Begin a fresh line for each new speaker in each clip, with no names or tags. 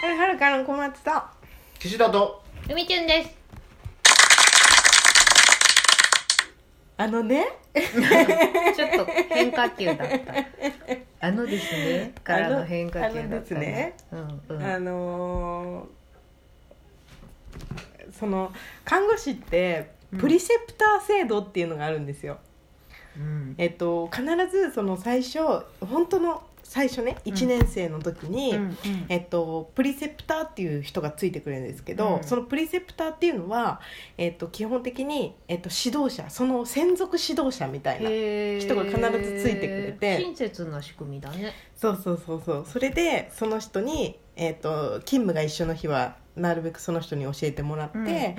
春はるかの小松と
岸田と
海ちゅんです
あのね
ちょっと変化球だったあのですねからの変化球だ
あ
った
のですね
うんうん
あのーその看護師って
うん
プリセプター制度っていうのがあるんですよ、
うん
えっと必ずその最初本当の最初ね
ん
1年生の時に、
うん
えっと、プリセプターっていう人がついてくれるんですけど、
うん
そのプリセプターっていうのは、えっと、基本的に、えっと、指導者その専属指導者みたいな
へー
人が必ずついてくれて
親切な仕組みだね
そうそうそうそうそれでその人に、えっと、勤務が一緒の日はなるべくその人に教えてもらって、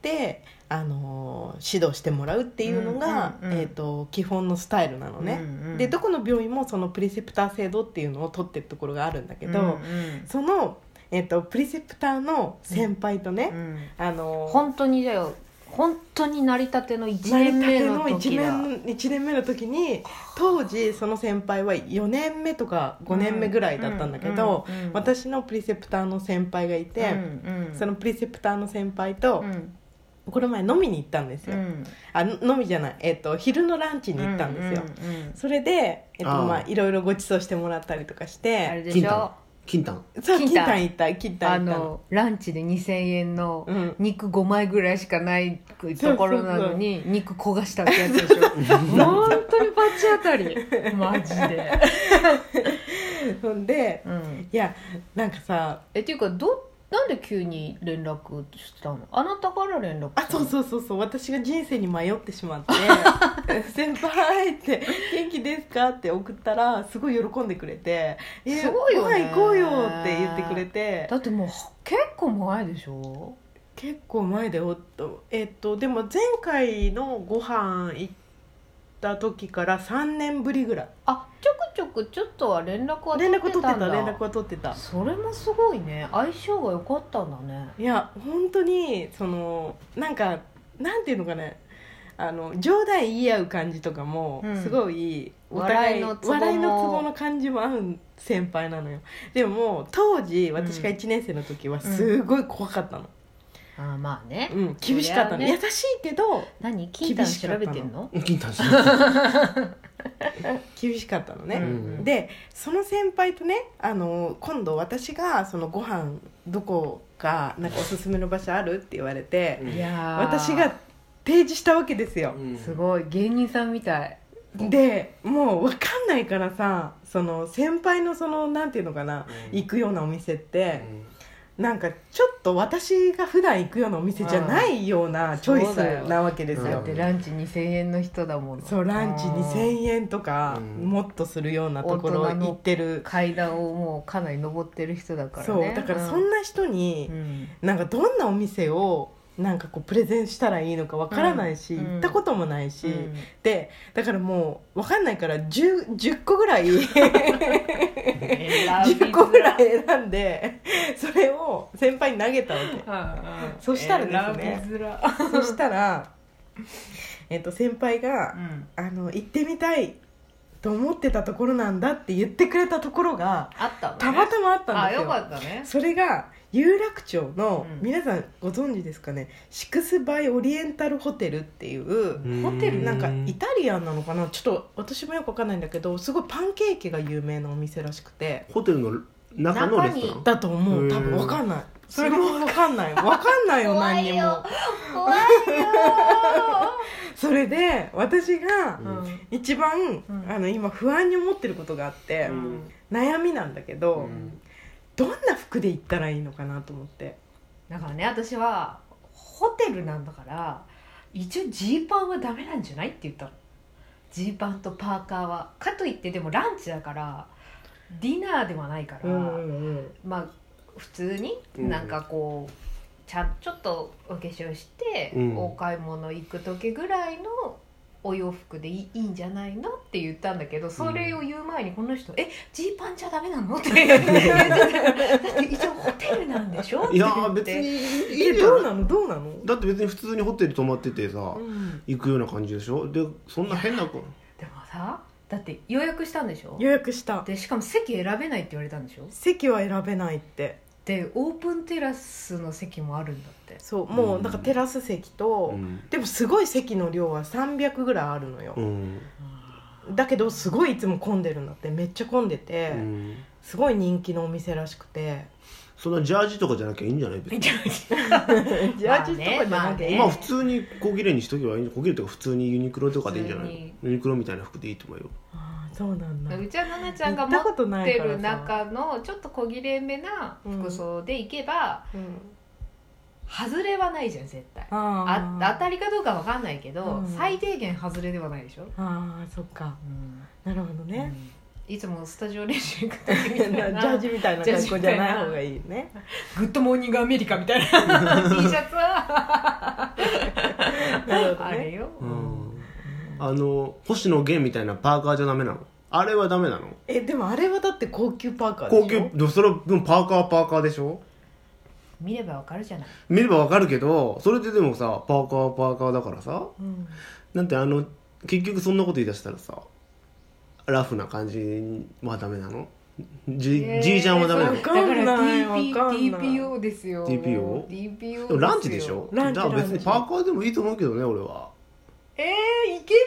で、あのー指導してもらうっていうのが、
うんうんうん
えっと基本のスタイルなのね。でど
こ
この病院もそのプリセプター制度っていうのを取ってるところがあるんだけど、その、えっとプリセプターの先輩とね、あの
本当にだよ本当に成り立ての1
成り
年
立
目
て
の
の
時
1
だ
年 ,1 年目の時に当時その先輩は4年目とか5年目ぐらいだったんだけど、
うんうんうん
私のプリセプターの先輩がいて、
うんうん
そのプリセプターの先輩と
う、ん
この前飲みに行ったんです
う
よ、
ん
あ飲みじゃない、えっと昼のランチに行ったんですよ、
うんうんうん
それで、えっと
あー
まあ、いろいろご馳走してもらったりとかし
あれ
て
でし
金
ょ
丹金丹
そう
金
金
丹
丹行った金丹
あ
行ったの
のランチで2000円の
うん
肉5枚ぐらいしかないところなのに肉焦がしたってやつ でしょ本当にバチ当たり マジで、
ほん で
うん、
いやなんかさ
えっていうかどなんで急に連絡したのあなたから連絡
あそうそうそうそう私が人生に迷ってしまって 「先輩」って「元気ですか?」って送ったらすごい喜んでくれて「え
すごいよね
ご飯行こうよ」って言ってくれて
だってもう結構前でしょ
結構前だよとえっとでも前回のご飯行った時から3年ぶりぐらい
あちょくちょくちょっとは連絡は
連絡を
取
取
っ
ってて
たんだ
た連絡を取ってた
それもすごいね相性が良かったんだね
いや本当にそのなんかなんていうのかねあの冗談言い合う感じとかも
うん
すごいお
笑
互
い
い
のツボも
笑いのツボの感じも合う先輩なのよでももう当時私が1年生の時はすごい怖かったの、
あーまあね、
うん厳しかったの、
そりゃね
優しいけど
何金丹調べてんの
金丹します
厳しかったの
う
ね、
ん
でその先輩とねあの今度私がそのご飯どこかなんかおすすめの場所あるって言われて
うん
いやー
私が提示したわけですよ、
すごい芸人さんみたい
でもう分かんないからさその先輩のそのなんていうのかな、
うん
行くようなお店って、
うん
なんかちょっと私が普段行くようなお店じゃないようなチョイ
そうだよ
スなわけです
だ
よ
ってランチ2000円の人だもの
そうランチ
円
2000円とか
うん
もっとするようなところ
大人の
行ってる、
階段をもうかなり登ってる人だからね
そうだからそんな人に
う、ん
なんかどんなお店をなんかこうプレゼンしたらいいのかわからないし、
うん
行ったこともないし、
うん
でだからもうわかんないから 10, 10個ぐ らい10個 ぐらい選んでそれを先輩に投げたわ けそしたらです
ね
そしたら、えっと先輩
う
が
ん
あの「行ってみたいと思ってたところなんだ」って言ってくれたところが
あったのね
たまたまあったん
あ
です
よ
よ
かったね
それが有楽町の、
うん
皆さんご存知ですかねシックスバイオリエンタルホテルっていう、
うん
ホテル
なんか
うん
イタリアンなのかなちょっと私もよくわかんないんだけどすごいパンケーキが有名なお店らしくて
ホテルの中のレストラン
だと思
へ
う
ー
多分わかんないそれもわかんないわかんない よ
怖
何に
いよ
も
怖い
それで私が
う
よ
ん
一番、
うん
あの今不安に思ってることがあって、
うん
悩みなんだけど、
うん
どんな服で行ったらいいのかなと思って
だからね私はホテルなんだから一応ジーパンはダメなんじゃないって言ったのジーパンとパーカーはかといってでもランチだからディナーではないから、まあ普通に
うん
なんかこう、ちゃんちょっとお化粧して、
うん
お買い物行く時ぐらいのお洋服でいいいいんじゃないのって言ったんだけどそれを言う前にこの人「えジーパンじゃダメなの?」っ て言ってた一応ホテルなんでしょ?」って
い
言
や
って
ー別にいい
え
んじゃ
ど
な
うな
い
のどうなの、
だって別に普通にホテル泊まっててさ行くような感じでしょでそんな変な子
でもさだって予約したんでしょ
予約した
でしかも席選べないって言われたんでしょ
席は選べないって
ってオープンテラスの席もあるんだって
そうも
う
うんなんかテラス席と、
うん
でもすごい席の量は300ぐらいあるのよ
う、ん
だけどすごいいつも混んでるんだってめっちゃ混んでて、
うん
すごい人気のお店らしくて
そんなジャージとかじゃなきゃいいんじゃない別に
ジャージとかじゃなきゃいい、
まあ普通に小切れにしとけばいいんじゃ小切れとか普通にユニクロとかでいいんじゃな
普通
い
に
ユニクロみたいな服でいいと思うよ
あーそうなんだ
うちは奈々ちゃんが
行っ
持
た
っ
ことない
て
から
る
さ、
中のちょっと小切れめな服装でいけば、
うん
外れはないじゃん絶対
あ
あ
ー
当たりかどうかわかんないけど、
うん
最低限外れではないでしょ、
あーそっかなるほど
うん
ね、
いつもスタジオ練習行く時み
ジ
た
ャ
い な
ージみたいな格好じゃない方がいいね
グッドモーニングアメリカみたいな T シャツは
なるほど
あれ
ね
よ、
うんあの星野源みたいなパーカーじゃダメなのあれはダメなの
えでもあれはだって高級パーカーでしょ
高級でもそれはでもパーカーはパーカーでしょ
見ればわかるじゃない
見ればわかるけどそれででもさパーカーはパーカーだからさ
うん
なんてあの結局そんなこと言い出したらさラフな感じはダメなのじ
えー
じいちゃんはダメなの
わかんないわかんない
TPO ですよ
TPO？
TPO
でもランチでしょ
ランチ
だから別
ラン
に
チ
パーカーでもいいと思うけどね俺は
えー、いける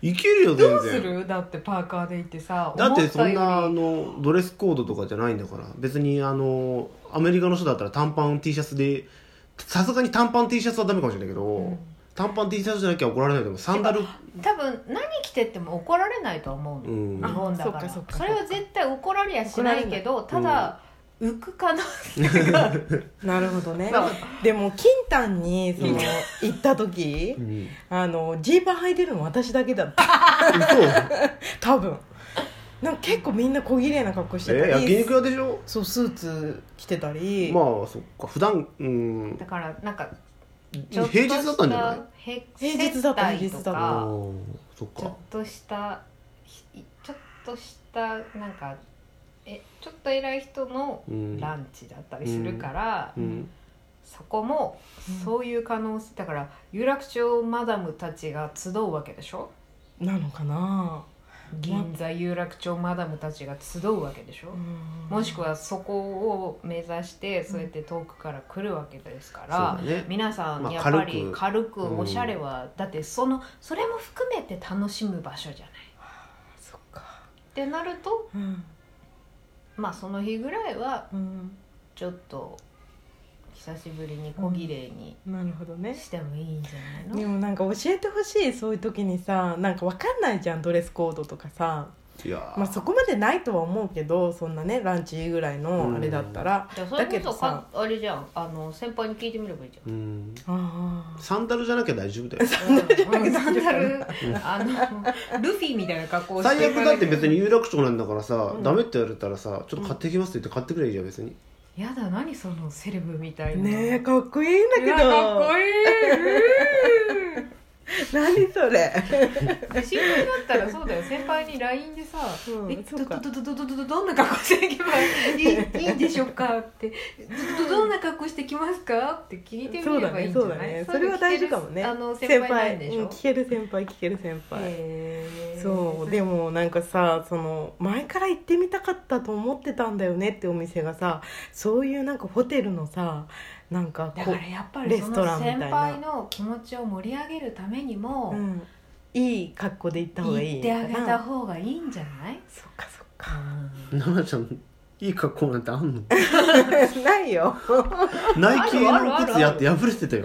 いけるよ
ど
全
うす
然
るだってパーカーで行ってさ
だってそん
思った
なあ
より
のドレスコードとかじゃないんだから別にあのアメリカの人だったら短パン T シャツでさすがに短パン T シャツはダメかもしれないけど、
うん
短パン T シャツじゃなきゃ怒られないでもサンダル
多分何着てっても怒られないと思うの、
うん
日本だから
あそ
そ
っかそっか
れは絶対怒られやしないけど
怒ら
た
れない
だ、浮く可能性がある
なるほどね
そう
でも金丹にその
うん
行った時
うん
あのジーパン履いてるの私だけだった
嘘
多分なんか結構みんな小綺麗な格好して
え
た
焼
り
肉屋でしょ
そうスーツ着てたり、
まあそっか普段うん
だからなんか
平日だったんじゃない
平
平日だった
接待と
平日だった
あ
か
ーそっ
ちょ
か
っとしたひちょっとしたなんかえちょっと偉い人の
うん
ランチだったりするから、
うん
そこも
うん
そういう可能性だから有楽町マダムたちが集うわけでしょ
なのかな、
銀座有楽町マダムたちが集うわけでしょ、
うん
もしくはそこを目指してそうやって遠くから来るわけですから、
そうだね
皆さん
まあ
やっぱ
軽
り
く
軽くおしゃれは、だってそのそれも含めて楽しむ場所じゃないっ
そっか
てなると
うん
まあその日ぐらいは
うん
ちょっと久しぶりに小綺麗に
なるほどね
してもいいんじゃない
で
の、
もなんか教えてほしいそういう時にさなんかわかんないじゃんドレスコードとかさ
いやー
まあそこまでないとは思うけどそんなねランチぐらいのあれだったら、
じゃあそれ
だけ
こ
ど
そ
さ
かあれじゃんあの先輩に聞いてみればいいじゃん
うん
あ
サンダルじゃなきゃ大丈夫 だよ
うんサンダルあのルフィみたいな格好をして
最悪だって別に
い
有楽町なんだからさ、
うん
ダメって言われたらさちょっと買ってきますって言って買ってくればいいじゃん別に
やだ何そのセレブみた
あ
いな
ねえかっこいいんだけ
うわかっ
ど
こいいうん
何それ
新婚だったらそう だよ先輩に LINE でさ「
うん
え
そう
ど
か
どどどどどどどんな格好していけば いいいいんでしょうか?」って「どどどんな格好してきますか?」って聞いてみればいいんじゃ
そうだ
ない
ねそ
い
れは
の聞
大
け
事
る
かもね
あの先輩なんでし
うん
ょ
聞ける先輩聞ける先輩
へー
そうでもなんかさその前から行ってみたかったと思ってたんだよねってお店がさそういうなんかホテルのさなんか
だ
こ
からやっぱり
レ
そ
ストラ
の
ンみたい
先
な
輩の気持ちを盛り上げるためにも
う、うん、いい格好で行った方がい
言
い
ってあげ
か
た
な
方がいいんじゃない
そっかそっか
奈々ちゃんいい格好なんてあんの
ないよ
ナイキ
ある
の
ある
靴やって破れてたよ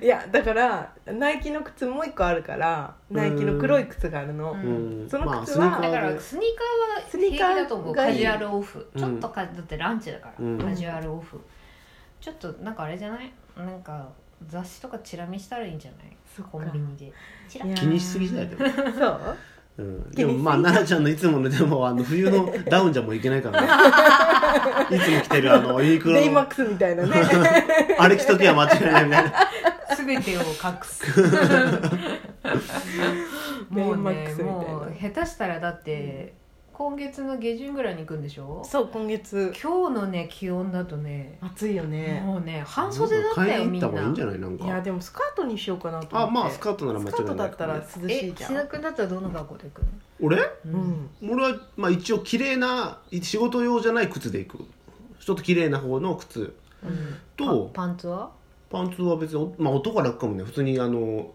いやだからナイキの靴もう一個あるからナイキの黒い靴があるの
うん
うん
その
まあ
靴は
スニ
だ
ーカ
か
ーで
らスニーカーは
スニーカ
平
ー
気だと思う
がい
カ
い
ジュアルオフ、
うん
ちょっとかだってランチだから、
うん
カジュアルオフちょっとなんかあれじゃないなんか雑誌とかチラ見したらいいんじゃない
そっか
コンビニでチラ
いや
気にしすぎじゃ ないでも
そう
うん、
気
で
に
も
する
まあ奈々ちゃんのいつものでもあの冬のダウンじゃもういけないから ねいつも着てるあのユニク
デイ
ロ
マ
の
ックスみたいなね
あれ着ときは間違いないみたいな
全てを隠 すもう
ベイマック
ね
スみたいな
もう下手したらだって、今月の下旬ぐらいに行くんでしょ
そう今月
今日のね気温だとね
暑いよね
もうね半袖だった
買い
よ
に行っ
みん
た
な
方がいいんじゃないなん
いや
か
でもスカートにしようかなと思
あ
って
まあスカートなら間違
スカ
い
ート
な
だ
い
ったら涼し
え
いじゃ
岸田
ん
君だったらどの格好で行くの、
俺
うん
俺はまあ一応綺麗な一仕事用じゃない靴で行くちょっと綺麗な方の靴
うん
と
パパンツは
パンツは別にお、まあ、男は楽かもね普通にあの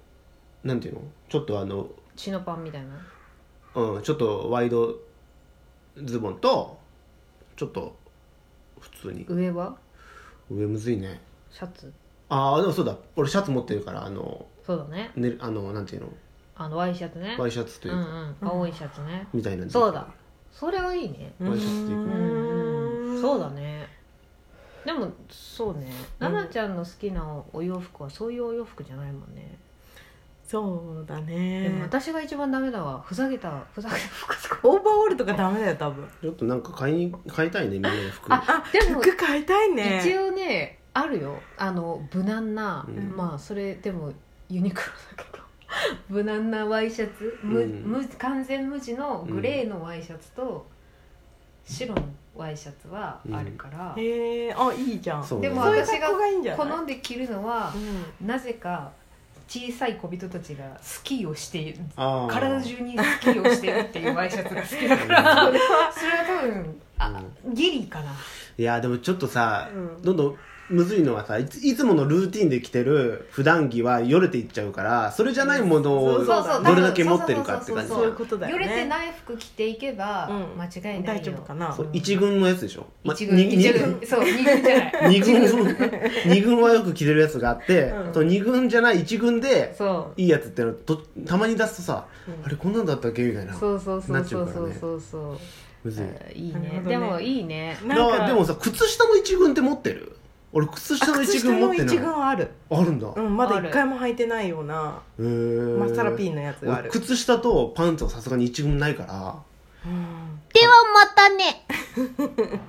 なんていうのちょっとあの、
チノパンみたいな
うん、ちょっとワイドズボンとちょっと普通に
上は
上むずいね
シャツ
ああでもそうだ俺シャツ持ってるからあの、
そうだね
ね、あのなんていうの
あのワイシャツね
ワイシャツと
う
い
ん
う
う
か、
ん青いシャツね
みたいな
そうだそれはいいね
ワイシャツで行
う
く
ん
うん
そうだねでもそうね
うん
奈々ちゃんの好きなお洋服はそういうお洋服じゃないもんね、
そうだ
でも
ね
私が一番ダメだわふざけたふざけた服とか
オーバーオールとかダメだよ多分
ちょっとなんか買いに買いたいねみんなの服
あでも
服買いたいね
一応ねあるよあの無難な、
うん
まあそれでもユニクロだけど 無難なワイシャツ無、
うん
無完全無地のグレーのワイシャツと白のワイシャツはあるから、
へえあいいじゃんそ
そう
う
ね
でも
いう
私が
格好がいいんじゃない
好んで着るのは
うん
なぜか小さい小人たちがスキーをしている
あー
体中にスキーをしているっていうワイシャツが好き だか
う
ら
ん
それは多分あ、ギリかない
やでもちょっとさ、
うん
どんどんむずいのはさいついつものルーティンで着てる普段着はよれていっちゃうからそれじゃないもの
そ
を
うそうそう
どれだけ持ってるかって感じじ
そう
ゃ
そういうんことだよ
よ
ね
れてない服着ていけば
うん
間違いないよ
大丈夫かな
そう一軍のやつでしょ、ま
一軍
に
一軍そう二軍じゃ ない
二軍二軍はよく着てるやつがあって、
うん
その二軍じゃない一軍で
そう
いいやつってのとたまに出すとさ、
うん
あれこんなんだったっけみたいな
そうそうそ
な
う
っちゃ
そうう
から
そ
ね
うそうそう
むずい、
あいい
なるほ
ね
どね
でもいいね
な
だ
ん
か
から
でもさ靴下の一軍って持ってる俺靴下の一軍持って
あ靴下
ない
の一軍はある
あるんだ、
う
へ
んまだ
ある
一回も履いてないような
ー
マッサラピーのやつがあ
俺
る
靴下とパンツはさすがに一軍ないから
うん
ではまたね